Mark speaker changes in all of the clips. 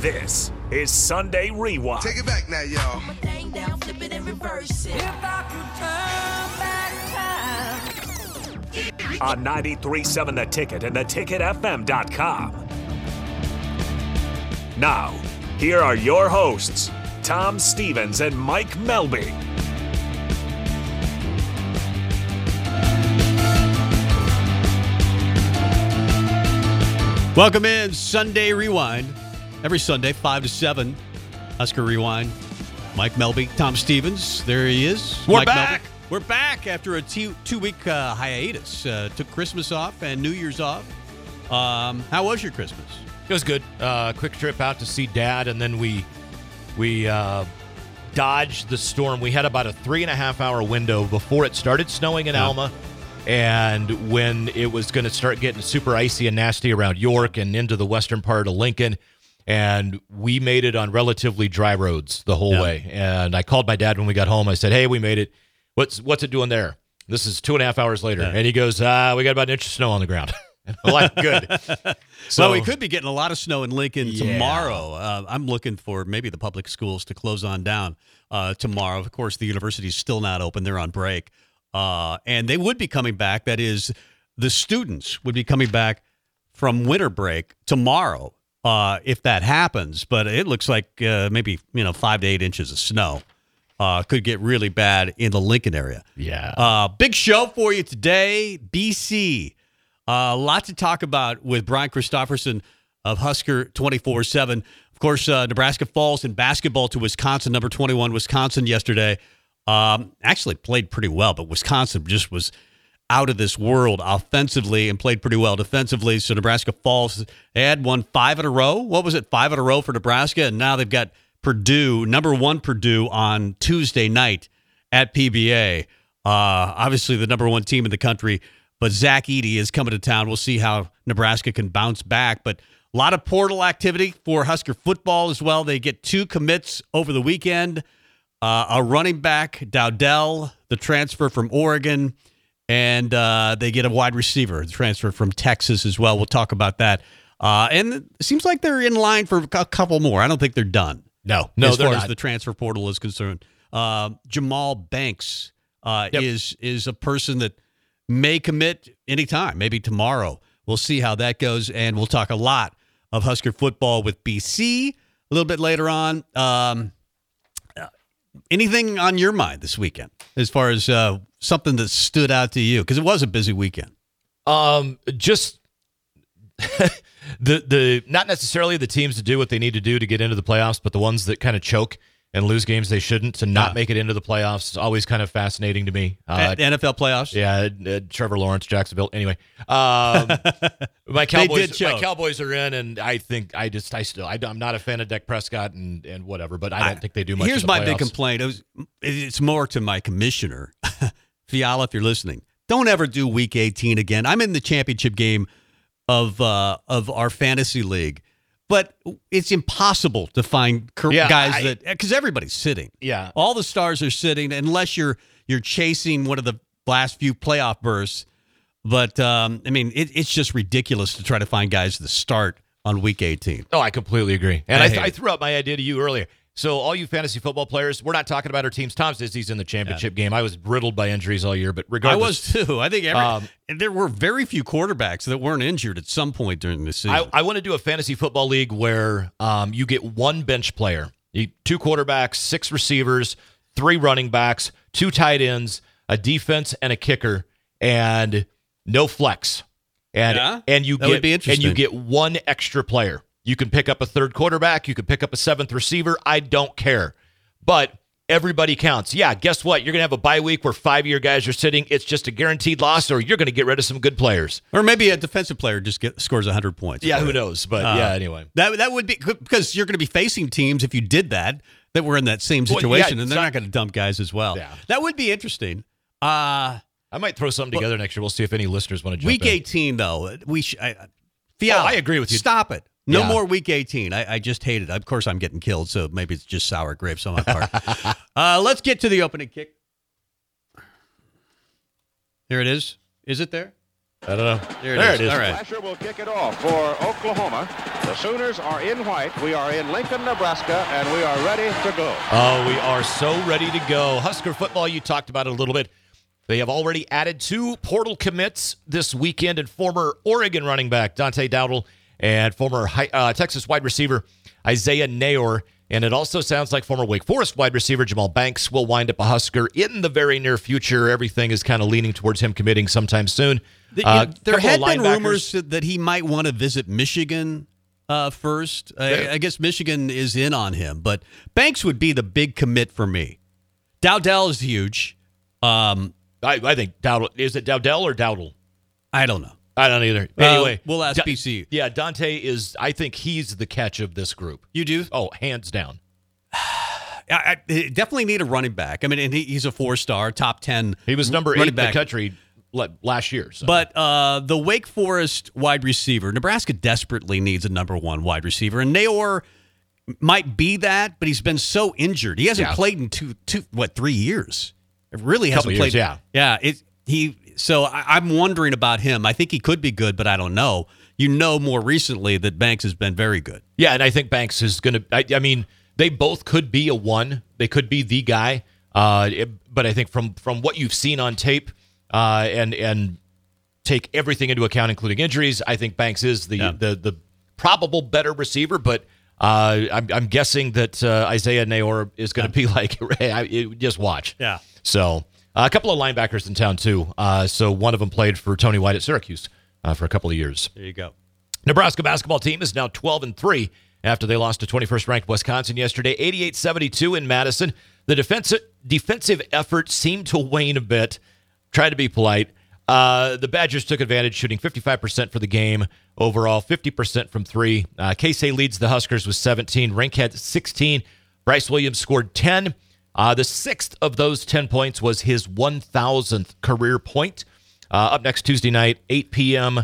Speaker 1: This is Sunday Rewind.
Speaker 2: Take it back now, y'all.
Speaker 3: thing down, flip it and reverse it.
Speaker 1: on 937 The Ticket and theticketfm.com. Now, here are your hosts, Tom Stevens and Mike Melby.
Speaker 4: Welcome in Sunday Rewind. Every Sunday, 5 to 7, Husker Rewind. Mike Melby, Tom Stevens, there he is.
Speaker 5: We're
Speaker 4: Mike Melby.
Speaker 5: back.
Speaker 4: We're back after a two, two week uh, hiatus. Uh, took Christmas off and New Year's off. Um, how was your Christmas?
Speaker 5: It was good. Uh, quick trip out to see dad, and then we we uh, dodged the storm. We had about a three and a half hour window before it started snowing in Alma, and when it was going to start getting super icy and nasty around York and into the western part of Lincoln. And we made it on relatively dry roads the whole
Speaker 4: Yeah.
Speaker 5: way. And I called my dad when we got home. I said, "Hey, we made it. What's what's it doing there?" This is two and a half hours later,
Speaker 4: Yeah.
Speaker 5: and he goes, "Ah, we got about an inch of snow on the ground." I'm like, good. So
Speaker 4: well, we could be getting a lot of snow in Lincoln
Speaker 5: Yeah.
Speaker 4: tomorrow. Uh, I'm looking for maybe the public schools to close on down uh, tomorrow. Of course, the university is still not open; they're on break, uh, and they would be coming back. That is, the students would be coming back from winter break tomorrow uh, if that happens. But it looks like uh, maybe you know five to eight inches of snow uh, could get really bad in the Lincoln area.
Speaker 5: Yeah.
Speaker 4: Uh, big show for you today, BC. A lot to talk about with Brian Christopherson of Husker 24 7. Of course, uh, Nebraska falls in basketball to Wisconsin, number 21, Wisconsin yesterday. Um, actually played pretty well, but Wisconsin just was out of this world offensively and played pretty well defensively. So Nebraska falls. They had won five in a row. What was it? Five in a row for Nebraska. And now they've got Purdue, number one Purdue on Tuesday night at PBA. Uh, obviously, the number one team in the country, but Zach Eady is coming to town. We'll see how Nebraska can bounce back. But a lot of portal activity for Husker football as well. They get two commits over the weekend uh, a running back, Dowdell, the transfer from Oregon, and uh, they get a wide receiver, the transfer from Texas as well. We'll talk about that. Uh, and it seems like they're in line for a couple more. I don't think they're done.
Speaker 5: No, no,
Speaker 4: as
Speaker 5: they're
Speaker 4: far
Speaker 5: not.
Speaker 4: as the transfer portal is concerned. Uh, Jamal Banks uh,
Speaker 5: Yep.
Speaker 4: is is a person that may commit anytime, maybe tomorrow. We'll see how that goes, and we'll talk a lot of Husker football with BC a little bit later on. Um, uh, anything on your mind this weekend as far as uh, something that stood out to you? Because it was a busy weekend.
Speaker 5: um, just the the not necessarily the teams that do what they need to do to get into the playoffs, but the ones that kind of choke and lose games they shouldn't to not
Speaker 4: Yeah.
Speaker 5: make it into the playoffs is always kind of fascinating to me. Uh,
Speaker 4: A- NFL playoffs.
Speaker 5: yeah, uh, Trevor Lawrence, Jacksonville. Anyway, um, my Cowboys,
Speaker 4: did
Speaker 5: my
Speaker 4: choke.
Speaker 5: Cowboys are in, and I think I just I still I, am not a fan of Dak Prescott and and whatever, but I don't think they do much.
Speaker 4: Here's
Speaker 5: in the
Speaker 4: my big
Speaker 5: playoffs.
Speaker 4: complaint. It was, it's more to my commissioner, Fiala, if you're listening. Don't ever do Week 18 again. I'm in the championship game of uh, of our fantasy league, but it's impossible to find cor-
Speaker 5: Yeah,
Speaker 4: guys
Speaker 5: I-
Speaker 4: that because everybody's sitting.
Speaker 5: Yeah,
Speaker 4: All the stars are sitting, unless you're you're chasing one of the last few playoff bursts. But um, I mean, it, it's just ridiculous to try to find guys that start on Week 18.
Speaker 5: No, Oh, I completely agree. And
Speaker 4: I
Speaker 5: I,
Speaker 4: hate
Speaker 5: th- I
Speaker 4: it.
Speaker 5: threw out my idea to you earlier. So, all you fantasy football players, we're not talking about our teams. Tom's Disney's in the championship game. I was riddled by injuries all year, but
Speaker 4: I
Speaker 5: regardless,
Speaker 4: was too. I think every,
Speaker 5: Um,
Speaker 4: and there were very few quarterbacks that weren't injured at some point during the season.
Speaker 5: I, I want to do a fantasy football league where um, you get one bench player, you, two quarterbacks, six receivers, three running backs, two tight ends, a defense, and a kicker, and no flex. And
Speaker 4: Yeah,
Speaker 5: and you
Speaker 4: that
Speaker 5: get
Speaker 4: would be
Speaker 5: and you
Speaker 4: interesting.
Speaker 5: get one extra player. You can pick up a third quarterback. You can pick up a seventh receiver. I don't care, but. Everybody counts. Yeah, guess what? You're going to have a bye week where five of your guys are sitting. It's just a guaranteed loss, or you're going to get rid of some good players.
Speaker 4: or maybe a defensive player just get, scores 100 points.
Speaker 5: Yeah, who knows? But
Speaker 4: Uh,
Speaker 5: yeah, anyway.
Speaker 4: That, that would be because you're going to be facing teams if you did that that were in that same
Speaker 5: Well, yeah,
Speaker 4: situation, and
Speaker 5: it's
Speaker 4: they're
Speaker 5: not-
Speaker 4: not going to dump guys as well.
Speaker 5: Yeah.
Speaker 4: That would be interesting. Uh,
Speaker 5: I might throw something together next year. We'll see if any listeners want to jump
Speaker 4: week
Speaker 5: in.
Speaker 4: 18, though, we sh- I, I- Fiala,
Speaker 5: Oh, I agree with you.
Speaker 4: Stop it. No
Speaker 5: Yeah.
Speaker 4: more week 18. I, I just hate it. Of course, I'm getting killed, so maybe it's just sour grapes on my part. uh, let's get to the opening kick. Here it is. Is it there?
Speaker 5: I don't know.
Speaker 4: There it
Speaker 5: there
Speaker 4: is.
Speaker 5: it is.
Speaker 4: All right.
Speaker 2: Asher will kick it off for Oklahoma. The Sooners are in white. We are in Lincoln, Nebraska, and we are ready to go.
Speaker 5: Oh, we are so ready to go. Husker football, you talked about it a little bit. They have already added two portal commits this weekend, and former Oregon running back Dante Dowdle and former hi- uh, Texas wide receiver Isaiah Nayor. And it also sounds like former Wake Forest wide receiver Jamal Banks will wind up a Husker in the very near future. Everything is kind of leaning towards him committing sometime soon.
Speaker 4: The-
Speaker 5: Uh,
Speaker 4: there
Speaker 5: couple
Speaker 4: had
Speaker 5: of
Speaker 4: been
Speaker 5: linebackers-
Speaker 4: rumors that that he might want to visit Michigan uh, first. I, I guess Michigan is in on him, but Banks would be the big commit for me. Dowdell is huge. Um,
Speaker 5: I, I think Dowdle. Is it Dowdell or Dowdle?
Speaker 4: I don't know.
Speaker 5: I don't either. Anyway,
Speaker 4: Um, we'll ask
Speaker 5: Da-
Speaker 4: BC.
Speaker 5: Yeah, Dante is. I think he's the catch of this group.
Speaker 4: You do?
Speaker 5: Oh, hands down.
Speaker 4: I, I definitely need a running back. I mean, and he, he's a four star, top ten.
Speaker 5: He was number eight
Speaker 4: Mm-hmm. running
Speaker 5: in the country le- last year. So.
Speaker 4: But uh, the Wake Forest wide receiver, Nebraska desperately needs a number one wide receiver, and Naor might be that, but he's been so injured. He hasn't
Speaker 5: Yeah.
Speaker 4: played in two, two, what, three years? It really
Speaker 5: Couple
Speaker 4: hasn't
Speaker 5: years,
Speaker 4: played.
Speaker 5: yeah.
Speaker 4: yeah. It he. So I, I'm wondering about him. I think he could be good, but I don't know. You know, more recently that Banks has been very good.
Speaker 5: yeah, and I think Banks is going to. I, I mean, they both could be a one. They could be the guy. Uh, it- but I think from from what you've seen on tape, uh, and and take everything into account, including injuries, I think Banks is the the the probable better receiver. But uh, I'm, I'm guessing that uh, Isaiah Naor is going to be like, hey, I, it- just watch.
Speaker 4: Yeah.
Speaker 5: So uh, a couple of linebackers in town too. Uh, so one of them played for Tony White at Syracuse uh, for a couple of years.
Speaker 4: There you go.
Speaker 5: Nebraska basketball team is now 12 and 3 after they lost to 21st ranked Wisconsin yesterday, 88-72 in Madison. The defensive defensive effort seemed to wane a bit. Try to be polite. Uh, the Badgers took advantage, shooting 55% for the game overall, 50% from three. Uh, Casey leads the Huskers with 17. Rink had 16. Bryce Williams scored 10. Uh, the sixth of those 10 points was his 1,000th career point. Uh, up next Tuesday night, 8 p.m.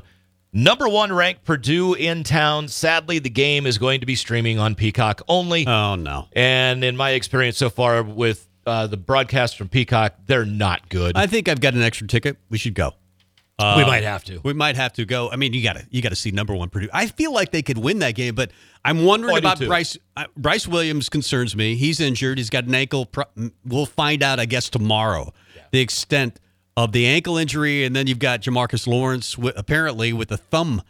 Speaker 5: Number one ranked Purdue in town. Sadly, the game is going to be streaming on Peacock only.
Speaker 4: Oh no.
Speaker 5: and in my experience so far with uh, the broadcast from Peacock, they're not good.
Speaker 4: I think I've got an extra ticket. We should go. Um,
Speaker 5: we might have to.
Speaker 4: We might have to go. I mean, you gotta you gotta see number one Purdue. I feel like they could win that game, but I'm wondering
Speaker 5: Oh, I do
Speaker 4: about
Speaker 5: too.
Speaker 4: Bryce. Uh, Bryce Williams concerns me. He's injured. He's got an ankle. Pro- m- we'll find out, I guess, tomorrow the extent of the ankle injury, and then you've got Jamarcus Lawrence wi- apparently with a thumb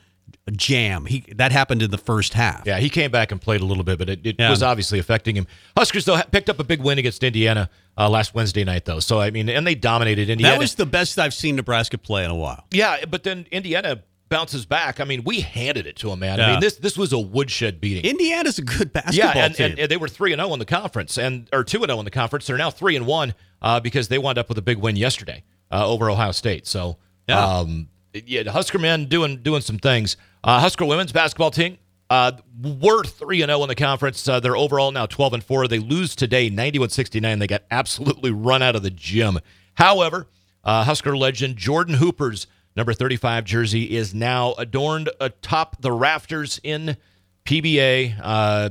Speaker 4: jam. He that happened in the first half.
Speaker 5: Yeah, he came back and played a little bit, but it, it
Speaker 4: Yeah.
Speaker 5: was obviously affecting him. Huskers, though, ha- picked up a big win against Indiana uh, last Wednesday night, though. So, I mean, and they dominated Indiana.
Speaker 4: that was the best I've seen Nebraska play in a while.
Speaker 5: yeah, but then Indiana bounces back. I mean, we handed it to him, man. I
Speaker 4: Yeah.
Speaker 5: mean, this this was a woodshed beating.
Speaker 4: Indiana's a good
Speaker 5: yeah,
Speaker 4: basketball
Speaker 5: and,
Speaker 4: team.
Speaker 5: and, and they were three and zero in the conference, and or two and zero in the conference. They're now three and one uh, because they wound up with a big win yesterday uh, over Ohio State. So,
Speaker 4: Yeah.
Speaker 5: um, yeah, the Husker men doing doing some things. Uh, Husker women's basketball team uh, were three and zero in the conference. Uh, they're overall now twelve and four. They lose today, 91-69. They got absolutely run out of the gym. However, uh, Husker legend Jordan Hooper's number thirty five jersey is now adorned atop the rafters in. PBA, uh,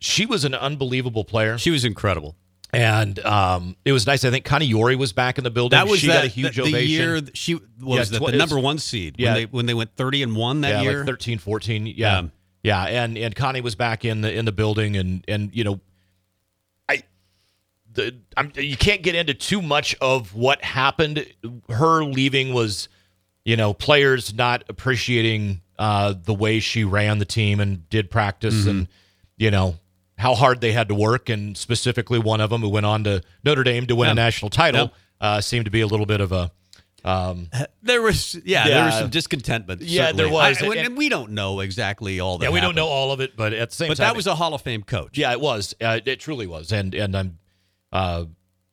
Speaker 5: she was an unbelievable player,
Speaker 4: she was incredible.
Speaker 5: and um, it was nice. I think Connie Yori was back in the building.
Speaker 4: That was
Speaker 5: she
Speaker 4: that,
Speaker 5: got a huge
Speaker 4: the, the
Speaker 5: ovation.
Speaker 4: year that she what was
Speaker 5: Yeah,
Speaker 4: that,
Speaker 5: tw-
Speaker 4: the
Speaker 5: it was-
Speaker 4: number one seed
Speaker 5: yeah.
Speaker 4: when they when they went thirty and one that
Speaker 5: yeah,
Speaker 4: year.
Speaker 5: like 13, 14. Yeah.
Speaker 4: Yeah.
Speaker 5: yeah, and and Connie was back in the in the building, and and you know, I, the I'm you can't get into too much of what happened. Her leaving was, you know, players not appreciating uh, the way she ran the team and did practice, and you know. How hard they had to work, and specifically one of them who went on to Notre Dame to win
Speaker 4: Yeah.
Speaker 5: a national title,
Speaker 4: Yep.
Speaker 5: uh, seemed to be a little bit of a um,
Speaker 4: There was yeah, there was
Speaker 5: Yeah.
Speaker 4: some discontentment.
Speaker 5: Yeah,
Speaker 4: certainly.
Speaker 5: there was.
Speaker 4: I- when-
Speaker 5: And-
Speaker 4: and we don't know exactly all that.
Speaker 5: yeah. We don't
Speaker 4: happened.
Speaker 5: know all of it, but at the same
Speaker 4: But
Speaker 5: time,
Speaker 4: that was a Hall of Fame coach.
Speaker 5: Yeah, it was. Uh, it truly was. And and I'm, uh,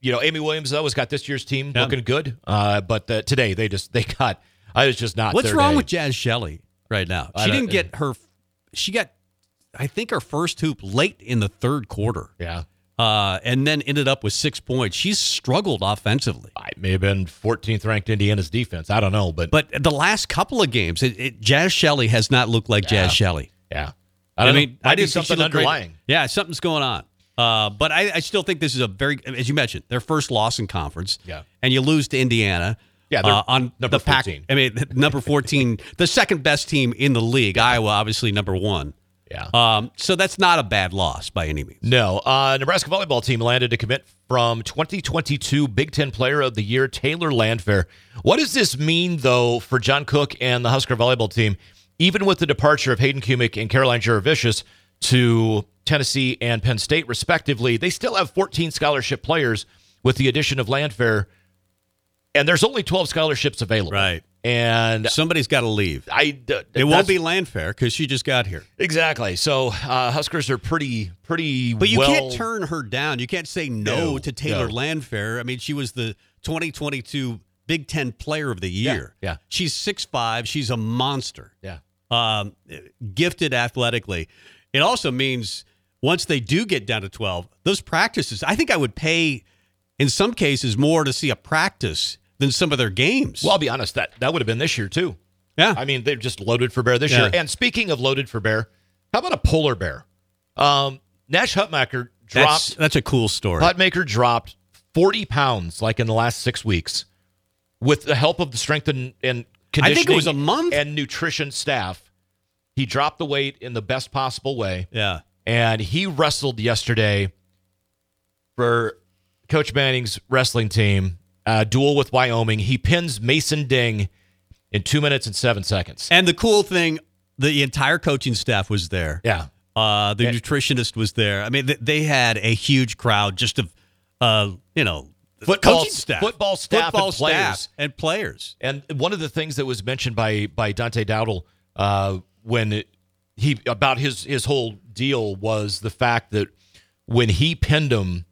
Speaker 5: you know, Amy Williams though has got this year's team
Speaker 4: Yeah.
Speaker 5: looking good. Uh, but uh, today they just they got. I was just not.
Speaker 4: What's
Speaker 5: their
Speaker 4: wrong
Speaker 5: day.
Speaker 4: with Jazz Shelley right now?
Speaker 5: I
Speaker 4: She
Speaker 5: don't-
Speaker 4: didn't get her. She got, I think, her first hoop late in the third quarter,
Speaker 5: Yeah,
Speaker 4: uh, and then ended up with six points. She's struggled offensively.
Speaker 5: I may have been 14th ranked Indiana's defense. I don't know, but,
Speaker 4: But the last couple of games, it, it, Jazz Shelley has not looked like Jazz Shelley.
Speaker 5: yeah, I, don't
Speaker 4: mean,
Speaker 5: know. Might
Speaker 4: I
Speaker 5: be
Speaker 4: did
Speaker 5: something underlying.
Speaker 4: Yeah, something's going on. Uh, but I, I still think this is a very, as you mentioned, their first loss in conference.
Speaker 5: Yeah.
Speaker 4: And you lose to Indiana.
Speaker 5: Yeah, they're
Speaker 4: uh, on
Speaker 5: number
Speaker 4: the pack.
Speaker 5: 14.
Speaker 4: I mean, number 14, the second best team in the league. Iowa, obviously, number one.
Speaker 5: Yeah.
Speaker 4: Um, so that's not a bad loss by any means.
Speaker 5: No, uh, Nebraska volleyball team landed a commit from 2022 Big Ten Player of the Year Taylor Landfair. What does this mean, though, for John Cook and the Husker volleyball team, even with the departure of Hayden Kumick and Caroline Juravicious to Tennessee and Penn State, respectively? They still have 14 scholarship players with the addition of Landfair, and there's only 12 scholarships available.
Speaker 4: Right.
Speaker 5: And
Speaker 4: Somebody's got to leave.
Speaker 5: I
Speaker 4: It won't be Landfair because she just got here.
Speaker 5: exactly. So uh, Huskers are pretty pretty.
Speaker 4: But you
Speaker 5: well,
Speaker 4: can't turn her down. You can't say no,
Speaker 5: No,
Speaker 4: to Taylor
Speaker 5: no.
Speaker 4: Landfair. I mean, she was the 2022 Big Ten Player of the Year.
Speaker 5: yeah.
Speaker 4: She's 6'5. She's a monster,
Speaker 5: Yeah.
Speaker 4: um, gifted athletically. It also means once they do get down to 12, those practices, I think I would pay in some cases more to see a practice than some of their games.
Speaker 5: Well, I'll be honest that that would have been this year too.
Speaker 4: yeah.
Speaker 5: I mean, they're just loaded for bear this
Speaker 4: Yeah.
Speaker 5: year. And speaking of loaded for bear, how about a polar bear? Um, Nash Hutmacher
Speaker 4: that's,
Speaker 5: dropped.
Speaker 4: that's a cool story.
Speaker 5: Hutmaker dropped forty pounds, like in the last six weeks, with the help of the strength and, and
Speaker 4: I
Speaker 5: conditioning.
Speaker 4: think it was a month.
Speaker 5: and nutrition staff. He dropped the weight in the best possible way,
Speaker 4: yeah.
Speaker 5: and he wrestled yesterday for Coach Manning's wrestling team. Uh, duel with Wyoming. He pins Mason Ding in two minutes and seven seconds.
Speaker 4: And the cool thing, the entire coaching staff was there.
Speaker 5: Yeah.
Speaker 4: Uh, the nutritionist was there. I mean, th- they had a huge crowd just of, uh, you know,
Speaker 5: Football-
Speaker 4: coaching staff,
Speaker 5: football staff
Speaker 4: football
Speaker 5: and players.
Speaker 4: staff and players.
Speaker 5: And one of the things that was mentioned by by Dante Dowdle uh, when it, he about his his whole deal was the fact that when he pinned him,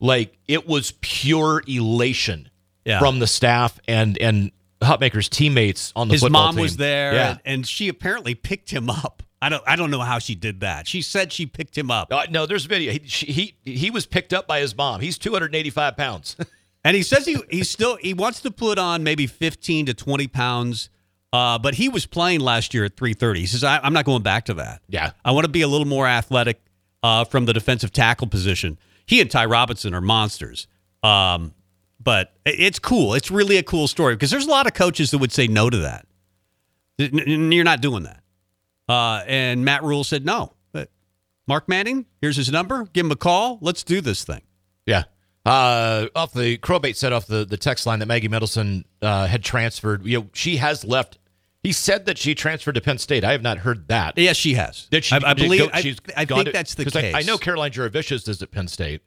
Speaker 5: like it was pure elation
Speaker 4: Yeah.
Speaker 5: from the staff and and Hutmaker's teammates on the
Speaker 4: His
Speaker 5: football
Speaker 4: mom was
Speaker 5: team.
Speaker 4: there,
Speaker 5: Yeah.
Speaker 4: and, and she apparently picked him up. I don't, I don't know how she did that. She said she picked him up,
Speaker 5: Uh, no, there's video. He, she, he he was picked up by his mom. He's 285 pounds.
Speaker 4: and he says he he still he wants to put on maybe fifteen to twenty pounds. Uh, but he was playing last year at 3:30. He says, I, "I'm not going back to that.
Speaker 5: Yeah.
Speaker 4: I want to be a little more athletic uh, from the defensive tackle position. He and Ty Robinson are monsters. Um, but i- it's cool. It's really a cool story because there's a lot of coaches that would say no to that. N- n- You're not doing that. Uh, and Matt Rule said no. But Mark Manning, here's his number. Give him a call. Let's do this thing.
Speaker 5: Yeah. Uh, off the crowbait set off the, the text line that Maggie Middleton uh, had transferred. You know, she has left. He said that she transferred to Penn State. I have not heard that.
Speaker 4: Yes, she has.
Speaker 5: Did she?
Speaker 4: I, I
Speaker 5: did
Speaker 4: believe.
Speaker 5: go-
Speaker 4: I,
Speaker 5: she's
Speaker 4: I
Speaker 5: gone
Speaker 4: think
Speaker 5: to-
Speaker 4: that's the
Speaker 5: 'cause
Speaker 4: case. Uh,
Speaker 5: I, I know Caroline Juravicious is at Penn State.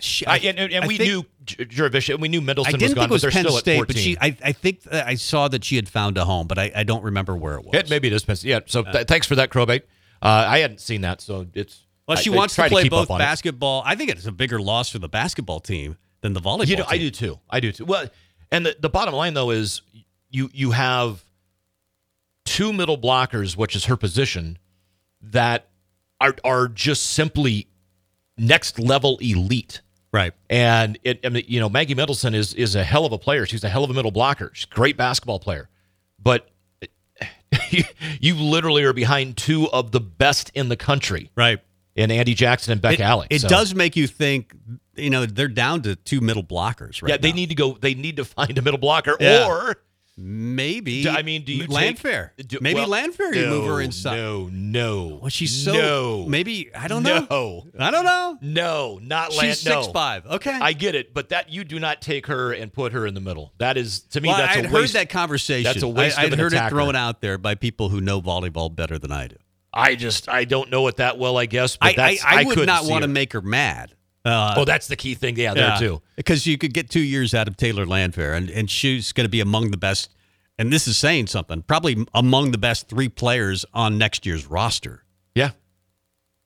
Speaker 4: She-
Speaker 5: I, and, and, and
Speaker 4: I
Speaker 5: we
Speaker 4: think-
Speaker 5: knew J- Juravicious, and we knew Middleton
Speaker 4: I didn't
Speaker 5: was gone,
Speaker 4: think it was
Speaker 5: but they're
Speaker 4: Penn
Speaker 5: still
Speaker 4: State,
Speaker 5: at 14.
Speaker 4: but she. I, I think that I saw that she had found a home, but I, I don't remember where it was.
Speaker 5: it, maybe it is Penn State. Yeah. So th- thanks for that crowbait. Uh, I hadn't seen that, so it's.
Speaker 4: Well,
Speaker 5: I-
Speaker 4: she
Speaker 5: I
Speaker 4: wants
Speaker 5: try
Speaker 4: to play
Speaker 5: keep
Speaker 4: both
Speaker 5: up on it.
Speaker 4: basketball. I think it's a bigger loss for the basketball team than the volleyball.
Speaker 5: You know, I
Speaker 4: team.
Speaker 5: do too. I do too. Well, and the, the bottom line though is you you have two middle blockers, which is her position, that are are just simply next level elite.
Speaker 4: Right.
Speaker 5: And it, I mean, you know, Maggie Middleton is is a hell of a player. She's a hell of a middle blocker. She's a great basketball player, but you, you literally are behind two of the best in the country,
Speaker 4: Right.
Speaker 5: in Andy Jackson and Becca
Speaker 4: it
Speaker 5: Allen.
Speaker 4: it
Speaker 5: So-
Speaker 4: does make you think. You know, they're down to two middle blockers. Right.
Speaker 5: Yeah, they
Speaker 4: now.
Speaker 5: need to go. They need to find a middle blocker,
Speaker 4: Yeah.
Speaker 5: or
Speaker 4: Maybe.
Speaker 5: Do- I mean, do you take-
Speaker 4: Landfair?
Speaker 5: do-
Speaker 4: maybe
Speaker 5: well,
Speaker 4: Landfair. You move her
Speaker 5: no,
Speaker 4: inside.
Speaker 5: No, no.
Speaker 4: Well, she's so.
Speaker 5: no.
Speaker 4: Maybe I don't know.
Speaker 5: No.
Speaker 4: I don't know.
Speaker 5: no, not Land.
Speaker 4: She's
Speaker 5: no.
Speaker 4: six five. Okay.
Speaker 5: I get it, but that you do not take her and put her in the middle. That is to me.
Speaker 4: well,
Speaker 5: that's
Speaker 4: I'd
Speaker 5: a
Speaker 4: heard
Speaker 5: waste.
Speaker 4: that conversation.
Speaker 5: that's a waste
Speaker 4: I,
Speaker 5: of
Speaker 4: I'd
Speaker 5: an
Speaker 4: heard
Speaker 5: attacker.
Speaker 4: it thrown out there by people who know volleyball better than I do.
Speaker 5: I just I don't know it that well. I guess, but
Speaker 4: I, I,
Speaker 5: that's
Speaker 4: I would
Speaker 5: couldn't
Speaker 4: not
Speaker 5: see
Speaker 4: want to
Speaker 5: her.
Speaker 4: make her mad. Uh,
Speaker 5: Oh, that's the key thing. Yeah, there too.
Speaker 4: Because you could get two years out of Taylor Landfair, and, and she's going to be among the best. And this is saying something. Probably among the best three players on next year's roster,
Speaker 5: Yeah.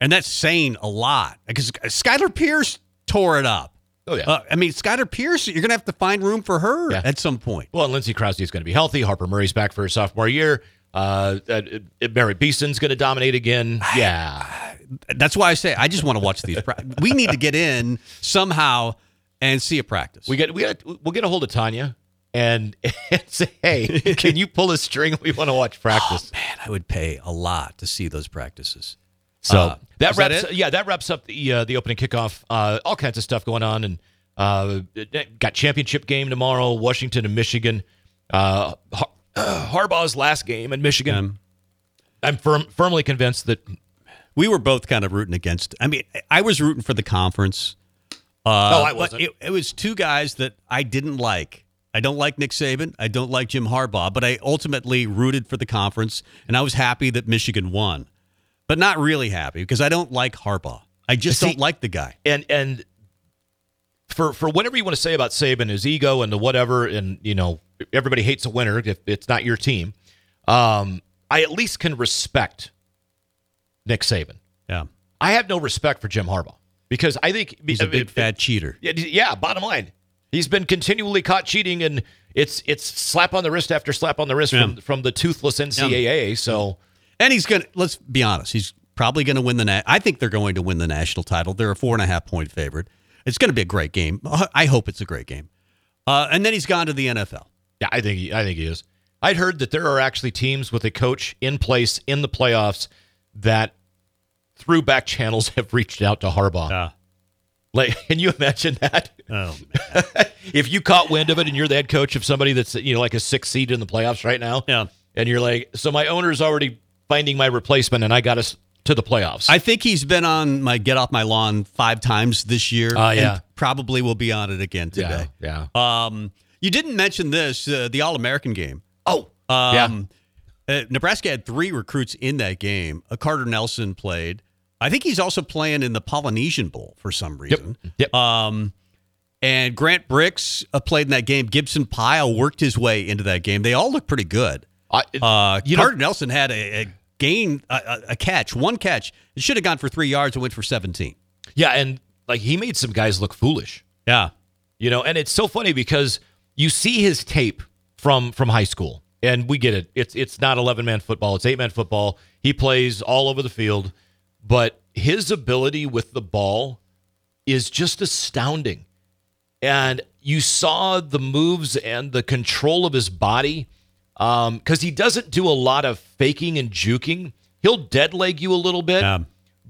Speaker 4: and that's saying a lot. Because Skylar Pierce tore it up.
Speaker 5: Oh yeah.
Speaker 4: Uh, I mean, Skylar Pierce, you're going to have to find room for her
Speaker 5: Yeah.
Speaker 4: at some point.
Speaker 5: Well, and Lindsey Crosby is going to be healthy. Harper Murray's back for his sophomore year. Uh, uh, uh, Mary Beason's going to dominate again. Yeah.
Speaker 4: That's why I say I just want to watch these. pra- we need to get in somehow and see a practice.
Speaker 5: We get we got we'll get a hold of Tanya and, and say, hey, can you pull a string? We want to watch practice.
Speaker 4: Man, I would pay a lot to see those practices.
Speaker 5: so
Speaker 4: uh,
Speaker 5: that
Speaker 4: is that
Speaker 5: wraps
Speaker 4: it?
Speaker 5: yeah that wraps up the uh, the opening kickoff. Uh, all kinds of stuff going on and uh, got championship game tomorrow. Washington and Michigan. uh, Har- Harbaugh's last game in Michigan.
Speaker 4: Um,
Speaker 5: I'm firm, firmly convinced that
Speaker 4: we were both kind of rooting against. I mean, I was rooting for the conference. Uh,
Speaker 5: No, I
Speaker 4: but
Speaker 5: wasn't.
Speaker 4: It, it was two guys that I didn't like. I don't like Nick Saban. I don't like Jim Harbaugh. But I ultimately rooted for the conference, and I was happy that Michigan won, but not really happy because I don't like Harbaugh. I just
Speaker 5: See-
Speaker 4: don't like the guy.
Speaker 5: and and for for whatever you want to say about Saban, his ego and the whatever, and you know everybody hates a winner if it's not your team. Um, I at least can respect Nick Saban.
Speaker 4: Yeah,
Speaker 5: I have no respect for Jim Harbaugh because I think
Speaker 4: he's a big fat cheater.
Speaker 5: Yeah, d- yeah. Bottom line, he's been continually caught cheating, and it's it's slap on the wrist after slap on the wrist from
Speaker 4: Yeah.
Speaker 5: from the toothless NCAA. So
Speaker 4: And he's gonna. Let's be honest. He's probably gonna win the. Na- I think they're going to win the national title. They're a four and a half point favorite. It's gonna be a great game. I hope it's a great game. Uh, and then he's gone to the NFL.
Speaker 5: yeah, I think he, I think he is. I'd heard that there are actually teams with a coach in place in the playoffs that through back channels have reached out to Harbaugh.
Speaker 4: Yeah.
Speaker 5: Like, can you imagine that?
Speaker 4: Oh,
Speaker 5: if you caught wind of it and you're the head coach of somebody that's you know like a six seed in the playoffs right now,
Speaker 4: Yeah.
Speaker 5: and you're like, so my owner's already finding my replacement, and I got us to the playoffs.
Speaker 4: I think he's been on my get off my lawn five times this year.
Speaker 5: Ah, yeah.
Speaker 4: and probably will be on it again today.
Speaker 5: yeah.
Speaker 4: Um, you didn't mention this uh, the All American game.
Speaker 5: oh,
Speaker 4: Um, uh, Nebraska had three recruits in that game. Uh, Carter Nelson played. I think he's also playing in the Polynesian Bowl for some reason.
Speaker 5: Yep.
Speaker 4: Um, and Grant Bricks uh, played in that game. Gibson Pyle worked his way into that game. They all look pretty good.
Speaker 5: I,
Speaker 4: Uh,
Speaker 5: you know-
Speaker 4: Carter Nelson had a, a gain, a, a- a catch, one catch. It should have gone for three yards. It went for 17.
Speaker 5: yeah, and like he made some guys look foolish,
Speaker 4: Yeah.
Speaker 5: you know. And it's so funny because you see his tape from from high school, and we get it. It's it's not eleven man football; it's eight man football. He plays all over the field, but his ability with the ball is just astounding. and you saw the moves and the control of his body because he doesn't do a lot of faking and juking. He'll dead leg you a little bit,
Speaker 4: Yeah.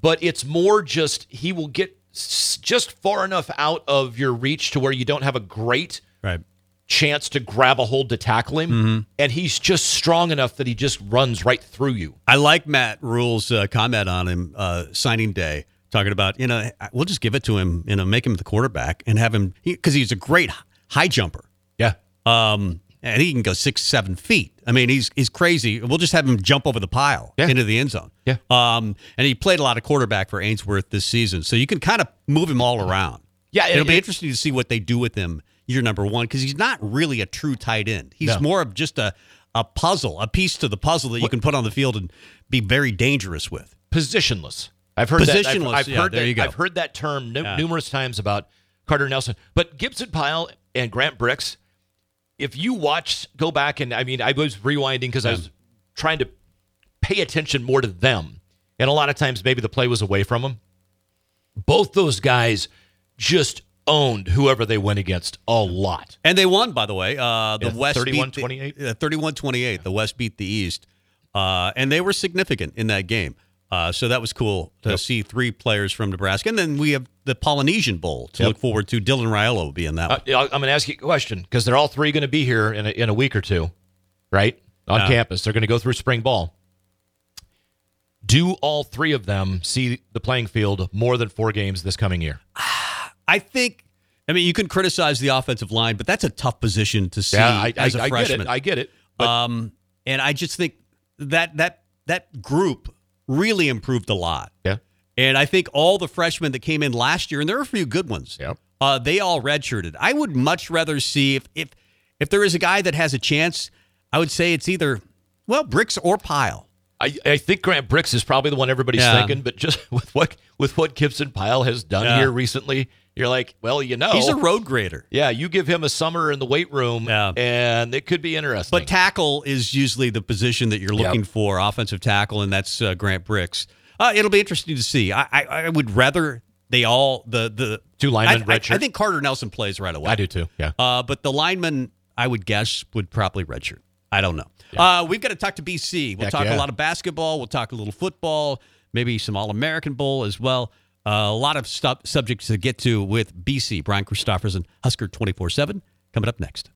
Speaker 5: but it's more just he will get s- just far enough out of your reach to where you don't have a great
Speaker 4: Right.
Speaker 5: chance to grab a hold to tackle him. And he's just strong enough that he just runs right through you.
Speaker 4: I like Matt Rule's uh, comment on him uh, signing day, talking about, you know, we'll just give it to him, you know, make him the quarterback and have him, because he's a great high jumper.
Speaker 5: Yeah.
Speaker 4: Um, and he can go six, seven feet. I mean, he's he's crazy. We'll just have him jump over the pile
Speaker 5: Yeah.
Speaker 4: into the end zone.
Speaker 5: Yeah.
Speaker 4: Um, and he played a lot of quarterback for Ainsworth this season, so you can kind of move him all around.
Speaker 5: Yeah,
Speaker 4: it'll
Speaker 5: it-
Speaker 4: be
Speaker 5: it-
Speaker 4: interesting to see what they do with him year number one because he's not really a true tight end. He's
Speaker 5: No.
Speaker 4: more of just a a puzzle, a piece to the puzzle that you can put on the field and be very dangerous with.
Speaker 5: positionless. I've heard that. I've-
Speaker 4: Positionless,
Speaker 5: I've,
Speaker 4: yeah,
Speaker 5: heard
Speaker 4: there
Speaker 5: that,
Speaker 4: you go.
Speaker 5: I've heard that term nu-
Speaker 4: Yeah.
Speaker 5: numerous times about Carter Nelson, but Gibson Pyle and Grant Bricks. If you watch, go back and I mean, I was rewinding because I was trying to pay attention more to them, and a lot of times maybe the play was away from them. Both those guys just owned whoever they went against a lot.
Speaker 4: And they won, by the way. Uh, the
Speaker 5: Yeah,
Speaker 4: West
Speaker 5: 31-28.
Speaker 4: beat the- uh, 31-28. The West beat the East, uh, and they were significant in that game. Uh, so that was cool to see three players from Nebraska, and then we have the Polynesian Bowl to look forward to. Dylan Raiola will be in that
Speaker 5: Uh,
Speaker 4: one.
Speaker 5: I- I'm going to ask you a question because they're all three going to be here in a, in a week or two, right? On campus, they're going to go through spring ball. Do all three of them see the playing field more than four games this coming year?
Speaker 4: I think. I mean, you can criticize the offensive line, but that's a tough position to see as a
Speaker 5: I get
Speaker 4: freshman.
Speaker 5: it. I get it. But
Speaker 4: um, and I just think that that that group really improved a lot.
Speaker 5: yeah,
Speaker 4: And I think all the freshmen that came in last year, and there were a few good ones,
Speaker 5: Yep.
Speaker 4: uh, they all redshirted. I would much rather see if, if if there is a guy that has a chance, I would say it's either well bricks or pile.
Speaker 5: I, I think Grant Bricks is probably the one everybody's
Speaker 4: Yeah.
Speaker 5: thinking. But just with what with what Gibson Pyle has done
Speaker 4: Yeah.
Speaker 5: here recently, you're like, well, you know,
Speaker 4: He's a road grader,
Speaker 5: yeah, you give him a summer in the weight room,
Speaker 4: Yeah.
Speaker 5: and it could be interesting.
Speaker 4: but tackle is usually the position that you're looking for, offensive tackle, and that's uh, Grant Bricks. Uh, it'll be interesting to see. I, I, I would rather they all the the
Speaker 5: Two linemen
Speaker 4: I, I,
Speaker 5: redshirt.
Speaker 4: I think Carter Nelson plays right away.
Speaker 5: I do too. Yeah.
Speaker 4: Uh, but the lineman, I would guess, would probably redshirt. I don't know. Uh, we've got to talk to BC. We'll
Speaker 5: Heck
Speaker 4: talk a
Speaker 5: yeah.
Speaker 4: lot of basketball. We'll talk a little football, maybe some All American Bowl as well. Uh, a lot of stuff, subjects to get to with BC. Brian Christofferson, Husker 24 7, coming up next.